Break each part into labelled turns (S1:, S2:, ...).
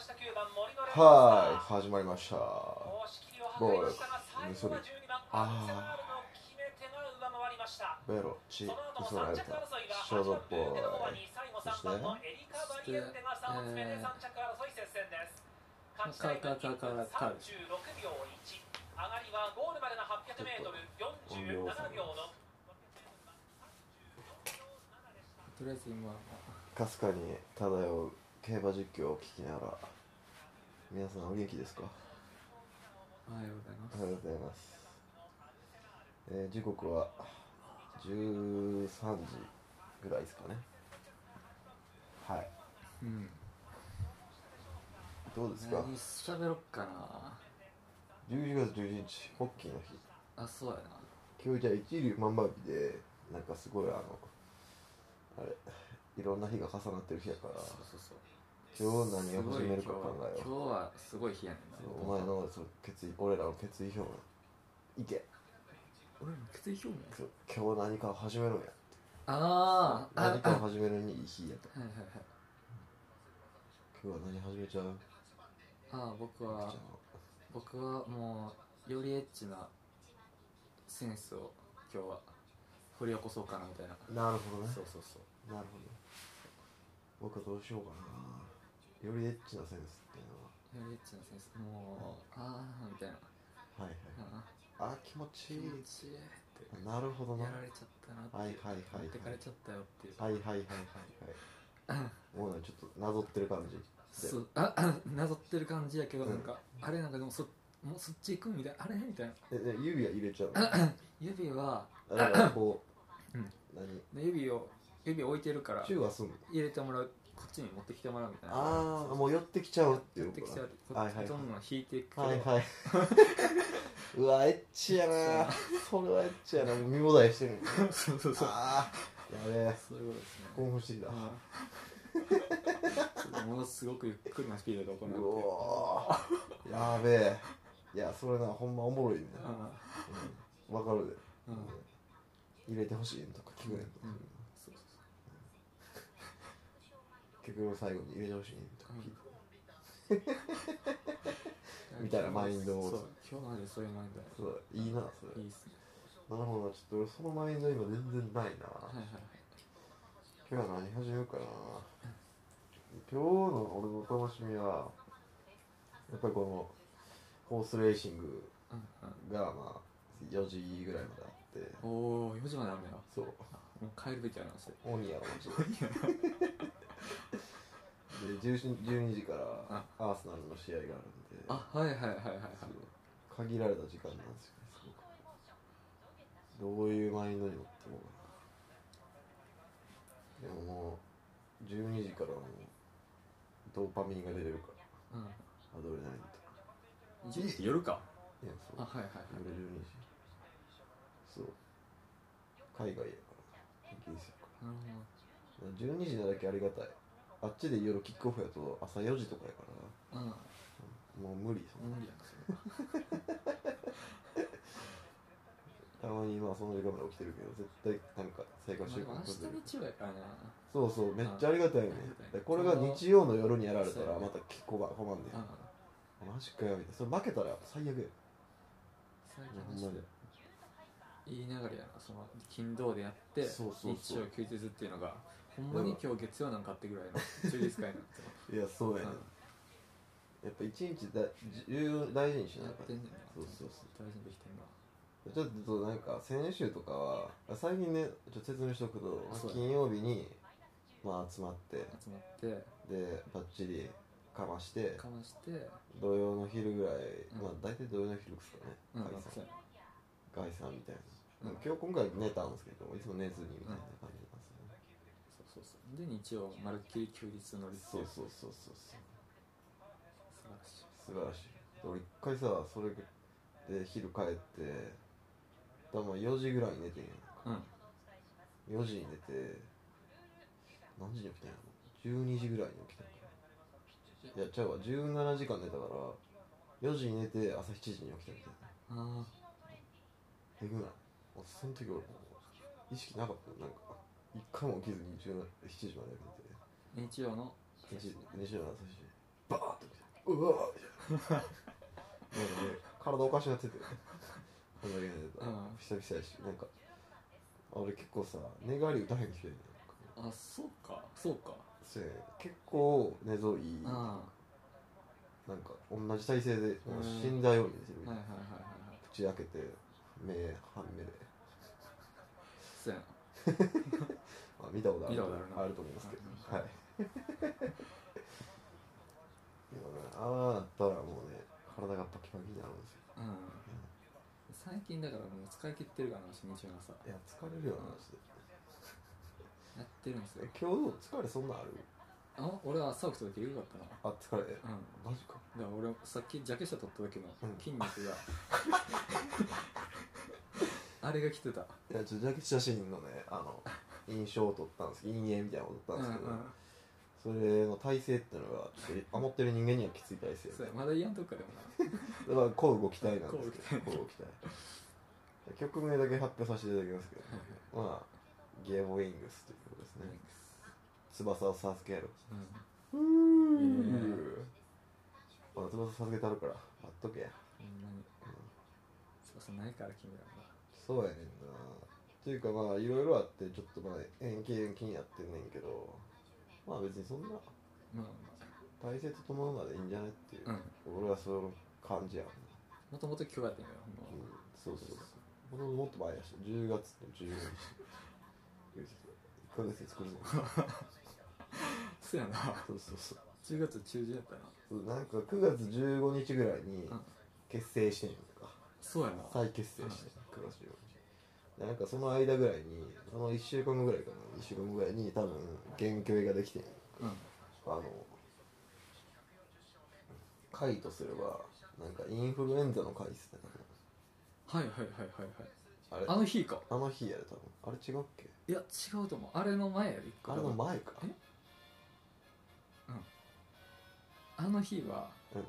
S1: した9番森のレモン
S2: は
S1: スター
S2: い始まりました
S1: 押し切りを図りましたが最後は12番アンセナールの決め手が上回りました
S2: ベロチ
S1: その後も
S2: ウソラ
S1: 3
S2: ル
S1: 着
S2: タ
S1: 争いが
S2: ショ
S1: 8番
S2: ートっぽ
S1: ブーケノボバ
S2: い
S1: に最後3番のエリカ・バリエルテが差を詰めて3着争い接戦です勝ちタイム1分36秒1上がりはゴールまでの 800m47 秒の
S3: とりあえず今
S2: かすかに漂う競馬実況を聞きながら皆さんお元気ですか
S3: おはようございま
S2: お
S3: す
S2: はようございます、えー時刻は13時ぐらいですかねはい
S3: うん
S2: どうですか
S3: 何しゃべろっかな
S2: 11月11日ホッキーの日
S3: あそうやな
S2: 今日じゃあ一流万倍日でなんかすごいあのあれいろんな日が重なってる日やから
S3: そうそうそう
S2: 今日何を始めるか考えよう
S3: すごい今日は今日はすごい日やねんな
S2: そうお前のその決意俺らの決意表明いけ
S3: 俺の決意表明
S2: そう今日何かを始めるんや
S3: あーあ
S2: 何
S3: あ
S2: かを始めるにいい日やと
S3: はいはいはい
S2: 今日は何始めちゃう
S3: あー僕
S2: じゃ
S3: は
S2: あ
S3: 僕はもうよりエッチなセンスを今日は掘り起こそうかなみたいな
S2: なるほどね
S3: そうそうそう
S2: なるほど僕はどうしようかなよりエッチなセンスっていうの
S3: よりエッチなセンスもうああみたいな
S2: ははいはい
S3: あ
S2: あ気持ちい
S3: ー気
S2: い
S3: 持ちいいって
S2: なるほどな
S3: や
S2: は
S3: られちゃったなって
S2: はいはいはいはい
S3: 持ってかれちゃったよっていう
S2: いはいはいはいはい もうねちょっとなぞってる感じ
S3: そうああなぞってる感じやけど
S2: うん
S3: なんか、あれなんかでもそもうそっち行くみたいなあれみたいな
S2: えで指は入れちゃう の
S3: 指は
S2: あだからこう
S3: うん
S2: 何
S3: で指を指置いてるから
S2: チューはすんの
S3: 入れてもらうこっちに持ってきてもらうみたいな
S2: ああ
S3: う
S2: もう寄ってきちゃうってい
S3: 持
S2: うこ
S3: って
S2: と
S3: きちゃうこ
S2: はい
S3: っ
S2: はいはい
S3: ちどんどん引いていくけど、
S2: はいはい うわエッチやなそれはエッチやなもう身もだえしてる
S3: そうそうそう
S2: ああやべえ
S3: そういうこ とですね
S2: 興奮してきた
S3: うんちょっとものすごくゆっくりなスピードで行うっていうう
S2: おーやべえいやそれなほんまおもろいね
S3: あ
S2: うんわかるで、
S3: ーうん
S2: 入れてほしいんとか聞くねんとか、
S3: うんそうそうそう
S2: 結局最後に入れてほしいんとか聞いて、
S3: うん
S2: みたいなマインドを
S3: そう今日までそういうマインドや
S2: そういいなそれ
S3: いいっすね
S2: なるほどちょっと俺そのマインド今全然ないな
S3: はいはいはい
S2: 今日は何始めようかな今日の俺のお楽しみはやっぱりこのホースレーシング
S3: うん
S2: がまあ4時ぐらいまであって
S3: うんおお4時まであるのよ
S2: そう
S3: もう帰るべきやなそれ
S2: 鬼やろマジでで10 12時からアーセナルの試合があるんで
S3: あはいはいはいはいはい
S2: そう限られた時間なんですよねすごくどういうマインドに持ってもかなでももう12時からもうドーパミンが出てるからアドレナリンとか
S3: うん1時夜か
S2: いや
S3: あ
S2: そう
S3: はいはいはい
S2: 夜12時そう海外やからイギリスやか
S3: な
S2: ら
S3: る
S2: 12時なだけありがたいあっちで夜キックオフやと朝4時とかやから
S3: ほどうん
S2: もう無理そんな
S3: 無理やなそれ
S2: たまにまあその時間まで起きてるけど絶対なんか生活習慣
S3: まあでも
S2: 崩れる
S3: 明日日曜やからな
S2: そうそうめっちゃありがたいよね
S3: ありがた
S2: で
S3: い
S2: これが日曜の夜にやられた
S3: そう
S2: ら
S3: やね
S2: また結構ば困んね
S3: うん
S2: んマジかよみたいなそれ負けたら最悪や
S3: 最
S2: ほ
S3: 近
S2: んま
S3: の
S2: に
S3: 言いながらやなその金土でやって
S2: そうそうそう
S3: 日曜休日っていうのがほんまに今日月曜なんかってぐらいの充実感やな
S2: いやそうやねん
S3: うん
S2: やっぱ一日だ重大事にしな
S3: や
S2: い
S3: っ
S2: か
S3: てんねんな
S2: そうそう
S3: 大事にできてんな
S2: らちょっとなんか先週とかは最近ねちょっと説明しとくと
S3: そうやね
S2: 金曜日にまあ集まって
S3: 集まって
S2: でバッチリかまして
S3: かまして
S2: 土曜の昼ぐらい、
S3: うん
S2: まあ大体土曜の昼ですかね
S3: うん
S2: 解
S3: そ
S2: 散
S3: うや
S2: 解散みたいな
S3: うん
S2: 今日今回寝たんですけどいつも寝ずにみたいな感じなんですよね
S3: そうそうそうで日曜まるっきり休日乗りって
S2: そ
S3: いうう素
S2: そうそうそうそう
S3: 晴らしい
S2: 素晴らしい俺一回さそれで昼帰って多分4時ぐらいに寝てんや
S3: うん
S2: 4時に寝て何時に起きたんやろ12時ぐらいに起きたんかいやちゃうわ17時間寝たから4時に寝て朝7時に起きたみたいな
S3: あ
S2: えぐないもうその時俺もう意識なかったよなんか一回も起きずに17 7時まで寝て
S3: あ日曜の
S2: 西西野の朝7時バーッと起きてうわーみたいななんかね体おかしなっててこんだけ寝てたら、
S3: うん
S2: 久々やしなんか俺結構さ寝返り打たへん人やねん
S3: あそうかそうか
S2: そうやね結構寝相いい、
S3: うんは
S2: なんか同じ体勢でもう
S3: うん
S2: 死んだように寝てる、
S3: いはいはいはいはい
S2: 口開けて目半目で、
S3: そうやな
S2: まあ、見たことある
S3: 見たことあるな
S2: あると思いますけど
S3: うん
S2: はい でもねああなったらもうね体がパキパキになるんですよ
S3: うん最近だからもう使い切ってるからな私日中の朝
S2: いや疲れるよなマジで
S3: やってるんですよ
S2: え今日どう疲れそんなんある
S3: あ俺は朝起きた時エグかったな
S2: あ疲れ
S3: うん
S2: マジか
S3: だから俺さっきジャケット取った時の
S2: うん
S3: 筋 肉が、あれが来てた
S2: いやちょっとジャケ写真のねあ の印象を撮ったんです陰影みたいなのを撮ったんですけど、
S3: うんうん
S2: それの体勢ってのがちょっと余ってる人間にはきつい体勢
S3: そうやまだ言わんとくかでもな
S2: だからこう動きたいなんですけどこ
S3: こ
S2: う動きたい曲名だけ発表させていただきますけど、まあゲームウィングスということですね翼を授ける
S3: う
S2: うーまだ翼授けたるから待っとけや
S3: んほんまにそうそうないから君らも
S2: そうやねんなっていうかまあいろいろあってちょっとまあ延期延期にやってんねんけどまあ別にそんな
S3: なま
S2: 体勢整うまでいいんじゃないっていう
S3: あまあ、
S2: 俺はその感じやもん、
S3: うんもともと今日やったんやろ
S2: う
S3: ほ
S2: ん
S3: まは、
S2: そうそうそうもともと前やした10月と15日1ヶ月で作るぞ
S3: そうやな
S2: そうそうそう
S3: 10月中旬やったな
S2: そうなんか9月15日ぐらいに
S3: うん
S2: 結成してんのか
S3: そうやな
S2: 再結成してんの9月15日でなんかその間ぐらいにその1週間後ぐらいかな1週間後ぐらいに多分原曲ができてんの
S3: うん
S2: あの回とすればなんかインフルエンザの回ですね
S3: はいはいはいはいはい
S2: あれ
S3: あの日か
S2: あの日やで多分あれ違うっけ
S3: いや違うと思うあれの前やで一個
S2: あれの前か
S3: えあの日は、
S2: うん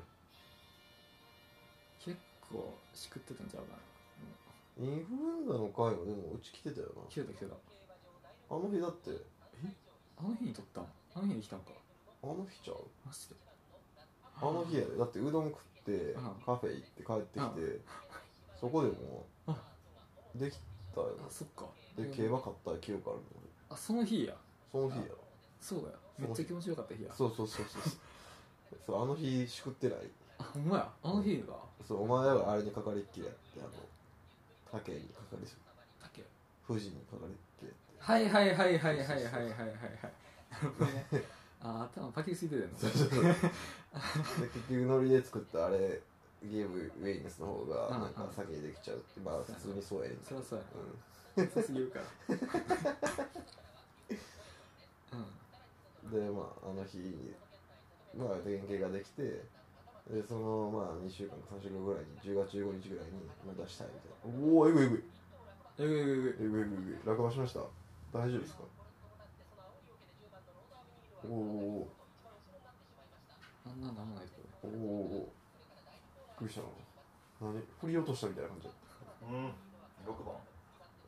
S3: 結構しくってたんちゃうかな
S2: インフルエンザの回はでもうち来てたよな
S3: 来てた来てた
S2: あの日だって
S3: あの日に撮ったんあの日に来たんか
S2: あの日ちゃう
S3: マジで
S2: あの日やでだってうどん食って
S3: うん
S2: カフェ行って帰ってきてそこでも
S3: うん
S2: うできたよ
S3: あそっか
S2: で競馬買った記憶ある
S3: あその日や
S2: もん俺その日や
S3: そうや
S2: その日
S3: めっちゃ気持ちよかった日や
S2: そうそうそうそうそうそうあの日しくってない
S3: あほんまやあの日が
S2: そうお前らがあれにかかりっきりやってあの竹にかかり
S3: だっけ
S2: 富士にかかりっきりやって
S3: はいはいはいはいはいはいはいは いはいなるほどねあ頭パキついてたよ
S2: そうそう そうで結局ノリで作ったあれゲームウェイネスの方がなん
S3: うん
S2: か
S3: うん
S2: 先にできちゃうってまあ普通にそうやねん
S3: なそりゃそうや
S2: う
S3: な遅すぎるからうん
S2: んでまああの日にまあ原型ができてでそのまあ2週間か3週間ぐらいに10月15日ぐらいに、まあ、出したいみたいなおおえぐいえぐい
S3: えぐいえぐいえぐ
S2: えぐ
S3: い
S2: いえぐいえぐい落馬しました大丈夫ですかおーお
S3: あんななんもないけど
S2: ーおーおーおーびっくりしたな何振り落としたみたいな感じだっ
S4: うん6番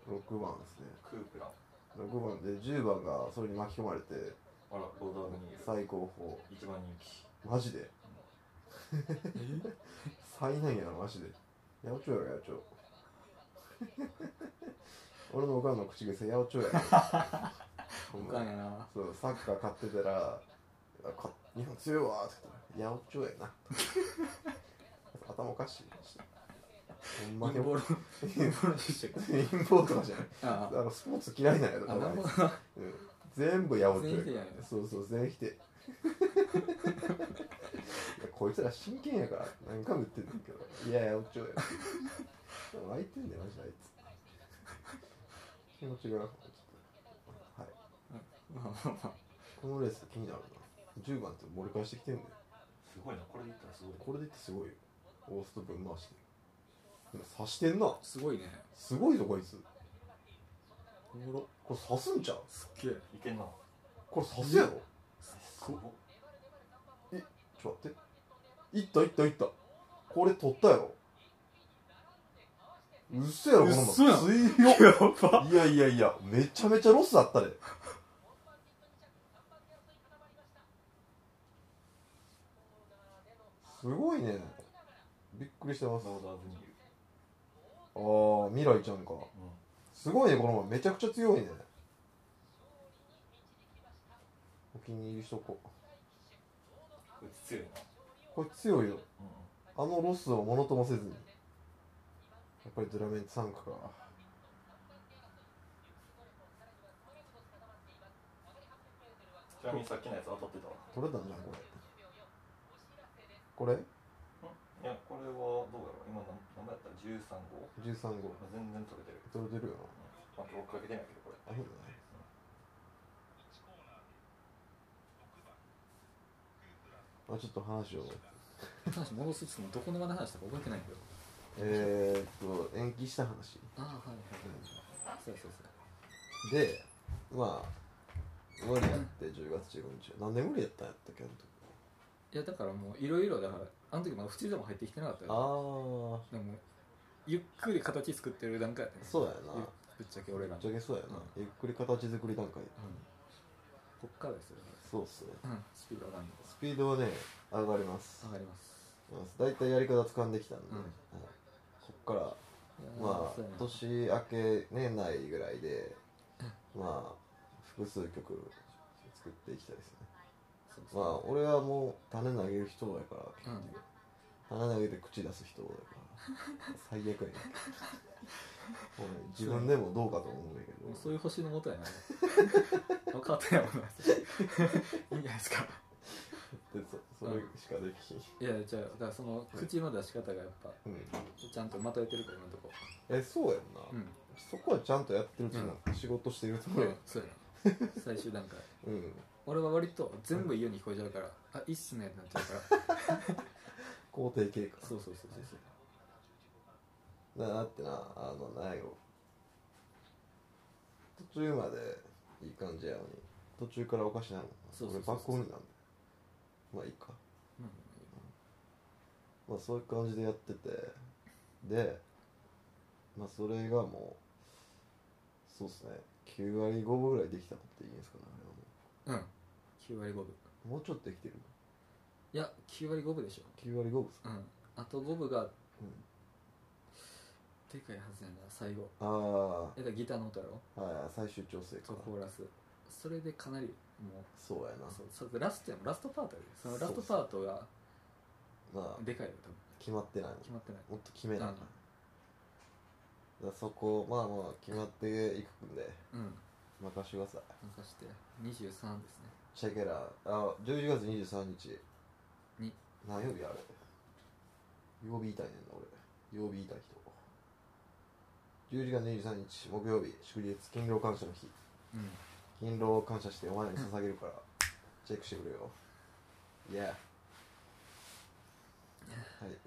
S2: た6番ですね
S4: クープラン
S2: 6番で10番がそれに巻き込まれて
S4: あらボーダーに
S2: 最高峰
S4: 一番人気
S2: マジで災難やなマジで八百長やろ八百長俺のおかんの口癖八百長やろほん
S3: お
S2: ま
S3: かんやな
S2: そうサッカー買ってたら「あか日本強いわ」って言ったら「八百長やな」 頭おかしいほんまに
S3: 陰謀論陰謀論でしたっけ
S2: 陰謀とかじゃないあ
S3: あ
S2: のスポーツ嫌いなんやと
S3: あ
S2: か
S3: あ
S2: な
S3: ないるほど
S2: うん全部八百長
S3: 全否定やね
S2: そうそう全 否定いやこいつら真剣やから何回も言ってんねんけどいや八百長や湧いてんねんマジであいつ気持ちがなくなっちゃったはい
S3: まあまあまあ
S2: このレース気になるな10番って盛り返してきてんねん
S4: すごいなこれでいったらすごい
S2: これでいってすごいよオースト分回してでも刺してんな
S3: すごいね
S2: すごいぞこいつ
S3: おもろ
S2: これ刺すんちゃう
S3: すっげえ
S4: いけんな
S2: これ刺すやろ
S4: すごっ
S2: ちょっと待っていったいったいったこれ取ったやろうっせやろこのまま
S3: 嘘やん
S2: 強っ
S3: ば
S2: いやいやいやめちゃめちゃロスだったですごいねびっくりしてます
S4: ロードアブニール
S2: ああ未来ちゃんか
S4: う
S2: すごいねこの前めちゃくちゃ強いねお気に入りしとこ
S4: んこいつ強いな
S2: これ強いよ
S4: うん
S2: あのロスをものともせずにやっぱりドラメン3区か
S4: ちなみにさっきのやつ当たってたわ
S2: 取れたんじゃんこれこ
S4: いやこれはどうやろう今何何番やった13号
S2: れ13号
S4: 全然取れてる
S2: 取れてるよ
S4: まあブロックかけてないけどこれ
S2: なあ変だねあちょっと話を
S3: 話戻すっつってもどこの場で話したか覚えてないけど
S2: えー、っと延期した話
S3: ああはいはいそうそうそう
S2: でまあ無理やって10月15日なんで無理やったんやったっけあの時
S3: いやだからもういろいろだからあの時まだ縁でも入ってきてなかったよ
S2: ああ
S3: でもゆっくり形作ってる段階やったね
S2: そうやな
S3: ゆぶっちゃけ俺
S2: ぶ
S3: らの
S2: っちゃけそうやな、ゆっくり形作り段階
S3: うんこっからですよ
S2: そうっすね
S3: うんスピード上がるの
S2: スピードはね上がります
S3: 上がります
S2: だいたいやり方掴んできたんで、
S3: うん
S2: はいこっから
S3: いやー
S2: まあ
S3: そうやな
S2: 年明け年内ぐらいでまあ複数曲作っていきたいですね
S3: そうそう
S2: まあ俺はもう種投げる人だから結
S3: うん
S2: 局、種投げて口出す人だから最悪や ねもうね自分でもどうかと思うんだけ
S3: も
S2: ど
S3: うそういう星 のもとやな分かってないもんないいんじゃないですか
S2: でそそれしかできひん、
S3: いやじゃあだからその口の出し方がやっぱ
S2: うん、
S3: ちゃんとまとえてるから今のとこ
S2: えそうやんな、
S3: うん
S2: そこはちゃんとやってるつもり、仕事してるつもりやん
S3: そうやな最終段階
S2: うん
S3: 俺は割と全部いいように聞こえちゃうからあいいっすねってなっちゃうから
S2: 肯定系か
S3: そうそうそうそう
S2: なあってなあのないよ途中までいい感じやのに途中からおかしなの
S3: そうそうそう
S2: 俺爆音になんだまあいいか
S3: うん
S2: まあそういう感じでやっててでまあそれがもうそうっすね9割5分ぐらいできたっていいんですかねあれはも
S3: うん9割5分
S2: うもうちょっとできてる
S3: いや9割5分でしょ
S2: 9割5分っすか
S3: うんあと5分が
S2: うん
S3: でかいはずやな最後
S2: あ
S3: えだからギターの音やろ
S2: あはい最終調整か
S3: とコーラスそれでかなりもう
S2: そうやな
S3: そうそれでラストやもんラストパートやでそのラストパートが
S2: まあ
S3: でかいよ多分
S2: 決まってない
S3: 決まってない
S2: もっと決めなあかん
S3: うん
S2: だからそこまあまあ決まっていくんで
S3: うん
S2: 任してください
S3: 任して23ですね
S2: チェケラあ11月23日
S3: に
S2: 何曜日あれ曜日言いたいねんな俺曜日言いたい人12月23日木曜日祝日勤労感謝の日
S3: うん
S2: 勤労を感謝してお前らに捧げるからチェックしてくれよイエ ーはい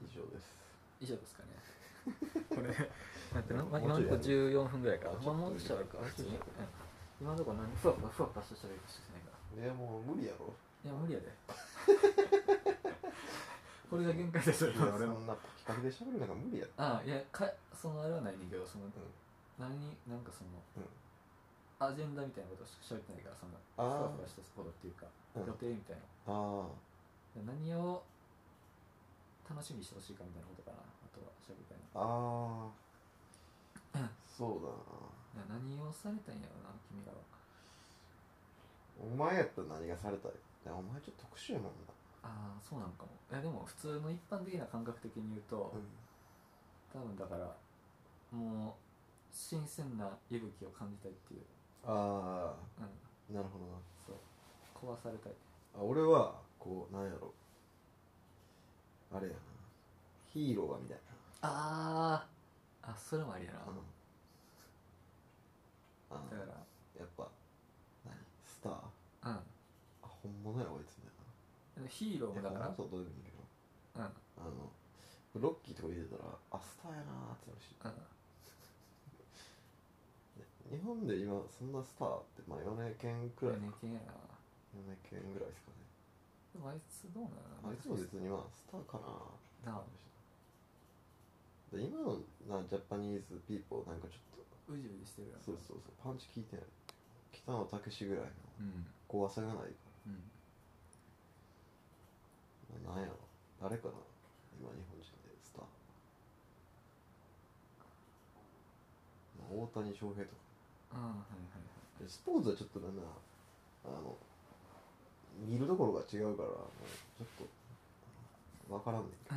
S2: 以上です
S3: 以上ですかね これだってな
S2: も
S3: ま今
S2: う
S3: の
S2: ちょいやる
S3: とこ14分ぐらいか
S2: あちょ
S3: ま
S2: っと
S3: あもうちょいあるか
S2: もうちょいやるか
S3: うん今のところ何ふわふわふわふわした喋り方してないから
S2: いやもう無理やろ
S3: いや無理 やでこれが限界ですよ
S2: いや
S3: 俺
S2: そ
S3: も
S2: んな企画で喋るなんか無理やろ
S3: あいやかそのあれはないねんけどその、
S2: ん
S3: 何なんかその、
S2: うん
S3: アジェンダみたいなことしか喋ってないからそんなふ
S2: あー
S3: わふわしたことっていうか、
S2: うん
S3: 予定みたいな
S2: ああ
S3: 何を楽しみにしてほしいかみたいなことかなあとは喋りたいな
S2: ああ
S3: うん
S2: そうだない
S3: や何をされたんやろな君らは
S2: お前やったら何がされたいやお前ちょっと特殊やもんな
S3: ああそうなんかもいやでも普通の一般的な感覚的に言う
S2: う
S3: と、多分だからもう新鮮な息吹を感じたいっていう、
S2: んあ
S3: うん、
S2: あなるほどな
S3: そう壊されたい
S2: あ俺はこうなんやろあれやなヒーローがみたい
S3: あーあそれもありやな
S2: な、うん、あ
S3: だ
S2: の
S3: か
S2: やっぱ何スターあ
S3: らうん
S2: 本物やこいつみ
S3: でもヒーロー
S2: た
S3: も
S2: い
S3: だ
S2: な
S3: か
S2: いや
S3: ら
S2: 本物とはどうでもいいんだけど
S3: う
S2: あの
S3: んうん
S2: ロッキーとか言ってたらあスターやなーってなるし日本で今そんなスターってまあ米県くら
S3: これ
S2: いか
S3: ねけんやな
S2: 米県ぐらいですかね
S3: でもあいつどうな
S2: あ
S3: の
S2: いつも別にまあスターかな
S3: なあ
S2: で今のなジャパニーズピーポーなんかちょっと
S3: うじうじしてるやん
S2: そうそうそうパンチ効いてない北野武ぐらいの
S3: うん
S2: 怖さがないか
S3: うん
S2: らなんやろあ誰かな今日本人でスター、まあ、大谷翔平とか
S3: うんはいはい
S2: でスポーツはちょっとなんだあの見るところが違うからもうちょっとわからんねんけど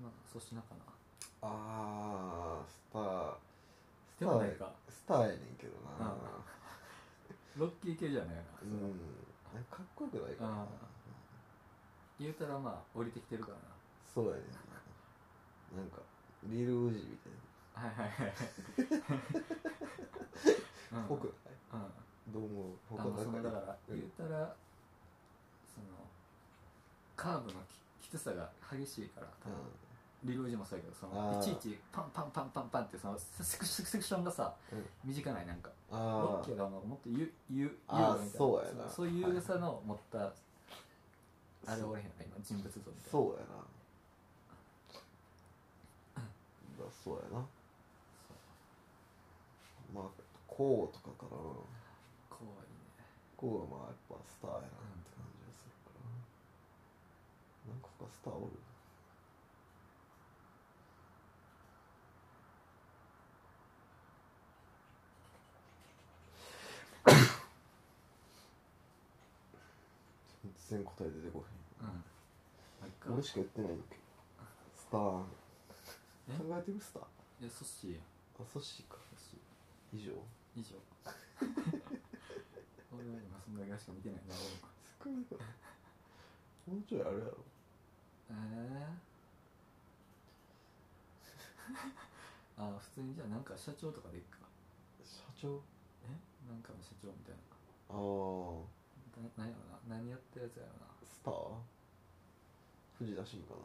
S3: まあ粗品かな
S2: あースタース
S3: で
S2: タ
S3: も
S2: ー
S3: ないか
S2: スターやねんけどな
S3: あロッキー系じゃないな
S2: う
S3: それは
S2: んなんかかっこよくないかな
S3: あ言うたらまあ降りてきてるから
S2: そうやねんななんかリル・ウジみたい
S3: なはいはい はいうん
S2: なぽくない
S3: うん
S2: どう思う
S3: あのそ
S2: な
S3: の
S2: ん
S3: だから
S2: う
S3: 言うんたら、そのカーブのききつさが激しいから多
S2: うん
S3: 分、リロージもそうやけどそ
S2: あ
S3: の
S2: ー
S3: いちいちパンパンパンパンパンってそのセクシセクションがさ、
S2: うん
S3: 短ないなんかロ
S2: あ
S3: ッキーがももっとゆゆ優
S2: あー
S3: 雅みたいな
S2: そうやな
S3: そうそういう優さの持った、
S2: あ
S3: あれおれへんよね今人物像みたいなう
S2: そうやなだそうやなまあこうとかかな
S3: 怖いね
S2: こうはまあやっぱスターやなって感じがするからなんか他スターおる全然答え出てこ
S3: うんなん
S2: へん俺
S3: か
S2: しか言ってないんだけどスター考
S3: え
S2: えてるスター
S3: いやソッシーや
S2: あ
S3: ん
S2: ソッシーか
S3: ソッシー
S2: 以上
S3: 以上 俺は今そんだけしか見てないな俺
S2: 少ないからもうちょいあれやろ
S3: えー、 あ普通にじゃあなんか社長とかでいくか
S2: 社長
S3: えなんかの社長みたい
S2: ああ
S3: なな何やろな何やってるやつやろな
S2: スター藤田新かな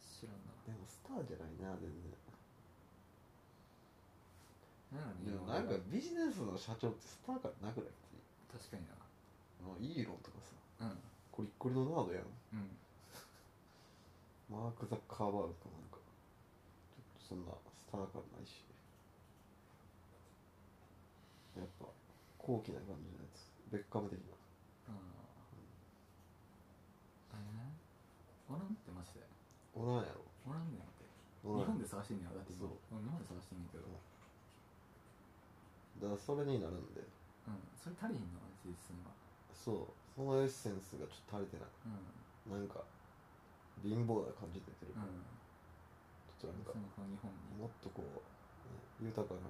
S3: 知らんな
S2: でもスターじゃないな全
S3: 何やろね
S2: 然
S3: 今
S2: なんか
S3: 俺が
S2: ビジネスの社長ってスター感なくない
S3: 確かにな
S2: もうイーロンとかさ
S3: うん
S2: コリッコリのナードやん
S3: うん
S2: マーク・ザッカーバーグかなんかちょっとそんなスター感ないしやっぱ高貴な感じのやつベッカム的な
S3: あーえー、おらんってマジで
S2: おらんやろ
S3: おらんねんって
S2: お
S3: 日
S2: らん
S3: 本で探してんねやだって今
S2: そう
S3: うん日本で探してんねんけど
S2: うんだからそれになるんで
S3: うんそれ足りひんの事実には
S2: そうそのエッセンスがちょっと足りてない
S3: う
S2: な
S3: ん
S2: んか貧乏な感じ出てる
S3: う
S2: から、
S3: ん
S2: ちょっとなんか
S3: そのこの日本に
S2: もっとこう、ね豊かな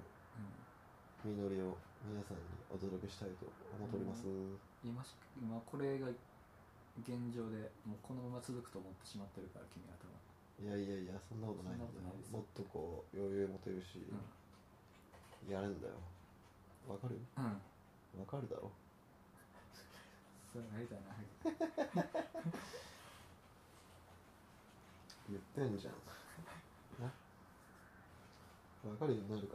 S2: 実りを皆さんにお届けしたいと思っております、
S3: うん今し今これが現状でもうこのまま続くと思ってしまってるから君は多分
S2: いやいやいやそんなことないんだよ
S3: そんなことないです
S2: もっとこう余裕持てるし、やれんだよわかる
S3: うん、うん、
S2: わかるだろ
S3: そうなりたいな
S2: 言ってんじゃんなわかるようになる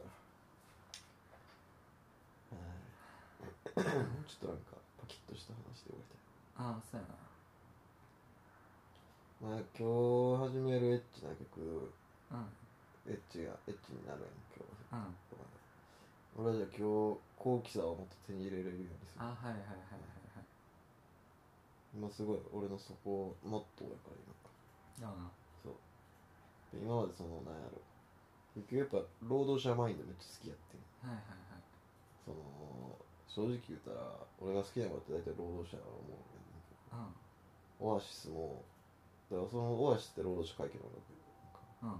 S2: からはい もうちょっとなんかパキッとした話で終わりたい
S3: ああそうやな
S2: まあ今日始めるエッチな曲
S3: うん
S2: エッチがエッチになるやん今日
S3: うん
S2: 俺はじゃあ今日高貴さをもっと手に入れれるようにする
S3: あはいはいはいはいはい
S2: 今すごい俺のそこをもっとやから
S3: ああ
S2: 今そうで今までそのなんやろ結局やっぱ労働者マインドめっちゃ好きやってん
S3: はいはいはい
S2: その正直言うたら俺が好きなことって大体労働者やと思うねんけ
S3: う
S2: どオアシスもだからそのオアシスって労働者会見の音楽なんか
S3: んうん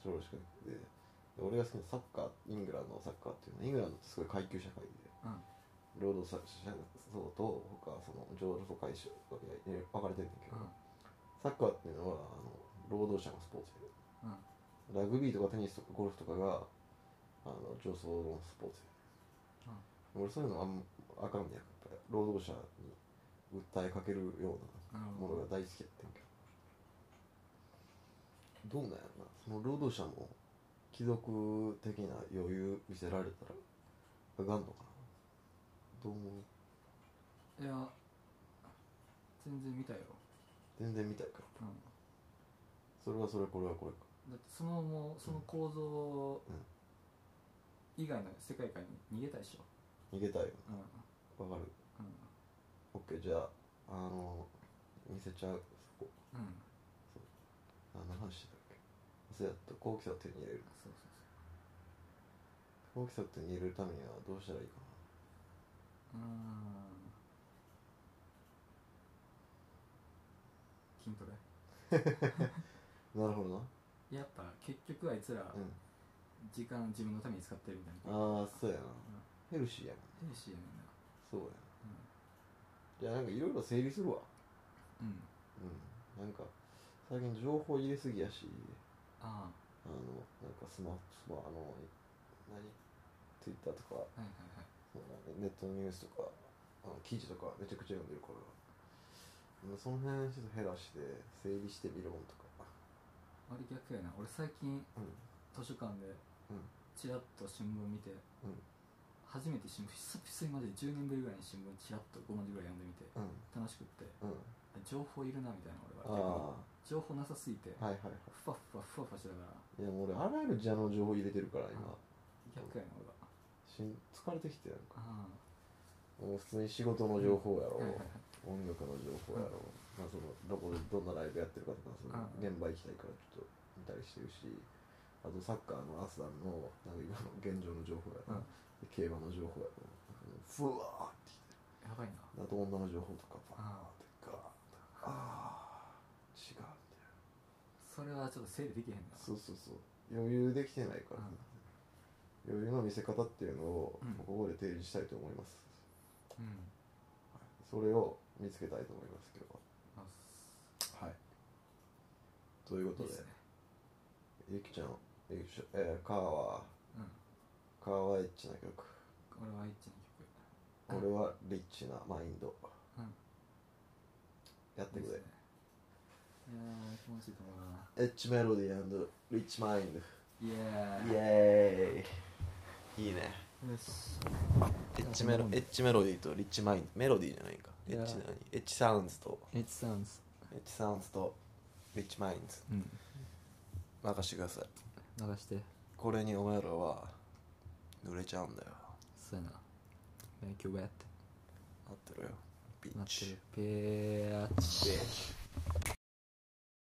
S2: 労働者会見でで俺が好きなサッカーイングランドのサッカーっていうのはイングランドってすごい階級社会で
S3: うん
S2: 労働者層と他その上流階級とかいろいろ分かれてるんだけど、
S3: うん
S2: サッカーっていうのはあの労働者のスポーツ
S3: うん
S2: やラグビーとかテニスとかゴルフとかがあの上層のスポーツや、俺そういうのあんまあかんねややっぱり労働者に訴えかけるよう
S3: なる
S2: な
S3: ほ
S2: もの
S3: ど
S2: が大好きやってんけどどうなんやろなその労働者も貴族的な余裕見せられたらあかんのかなどう思う
S3: いや全然見たよ、
S2: 全然見たいから
S3: うん、
S2: それはそれこれはこれか
S3: だってそのもうその構造
S2: うん
S3: 以外の世界観に逃げたいでしょ
S2: 逃げたいよ
S3: うん
S2: わかる
S3: うん
S2: OK じゃああの見せちゃうそこ
S3: うん
S2: あ何話してたっけそうやった好奇さを手に入れる
S3: そうそう
S2: 好奇さを手に入れるためにはどうしたらいいかな
S3: そううーん筋トレ
S2: なるほどな。
S3: やっぱ結局あいつら
S2: うん。
S3: 時間自分のために使ってるみたいな
S2: ああ、そうやな。ヘルシーやな。
S3: ヘルシーやねんな
S2: そうやな。じゃあなんかいろいろ整理するわ。
S3: うん、う
S2: うん。な
S3: ん、
S2: んか、最近情報入れすぎやし、あ
S3: あ
S2: の、なんかスマスマ、あの、何 ?Twitter とか、
S3: あはいはいはい
S2: そうなんかネットのニュースとか、あの記事とかめちゃくちゃ読んでるから、うんその辺ちょっと減らして、整理してみるもんとか。
S3: あれ逆やな俺最近
S2: うん。
S3: 図書館で
S2: うん
S3: チラッと新聞見て、
S2: うん
S3: 初めて新聞久々にまで10年ぶりぐらいに新聞チラッと5文字ぐらい読んでみて
S2: うん。
S3: 楽しくって
S2: うん。
S3: 情報いるなみたいな
S2: ああ
S3: 俺は結構情報なさすぎ
S2: ー、
S3: て
S2: はいはいは
S3: ふわふわふわふわしてたから
S2: い。いやもう俺、あらゆるジャンルの情報入れてるから、今。
S3: 逆やな俺は
S2: しん疲れてきてなんか
S3: あ
S2: もう普通に仕事の情報やろ
S3: あ、はいはいはい
S2: 音楽の情報やろ、まあ、そのどこでどんなライブやってるかとかその
S3: うん
S2: 現場行きたいからちょっと見たりしてるしあとサッカーのアスダムのなんか今の現状の情報やろ、
S3: うん
S2: で競馬の情報やろなんかふわーってきて
S3: やばいな
S2: あと女の情報とかバー
S3: あ
S2: ってガーってああ違うみたいな
S3: それはちょっと整理できへんな
S2: そうそうそう余裕できてないから、
S3: うん
S2: 余裕の見せ方っていうのを
S3: うん
S2: ここで提示したいと思います、
S3: うん
S2: それを見つけたいと思います今
S3: あ
S2: 日ははいという
S3: い
S2: こと
S3: いっ
S2: です
S3: ね
S2: ゆきちゃんゆきちゃんえー、カーは
S3: うん
S2: カーはエッチな曲
S3: 俺はエッチな曲
S2: 俺はリッチなマインド
S3: うん
S2: やって
S3: いい
S2: く
S3: っ
S2: れ
S3: すねいやー気持ちいいと思うな
S2: エッチメロディーリッチマイン
S3: イエ
S2: ドイ
S3: ーイ
S2: エーイいいね
S3: よし
S2: エッチメロエッチメロディーとリッチマインドメロディーじゃないんかエ
S3: いや
S2: ッチなにエッチサウンズと
S3: エッチサウンズ
S2: エッチサウンズとリッチマインズ
S3: うん
S2: 任してください
S3: 流して
S2: これにお前らは濡れちゃうんだよ
S3: そうやな Make you wet
S2: 合ってるよビッ
S3: なって
S2: チ
S3: るペーチ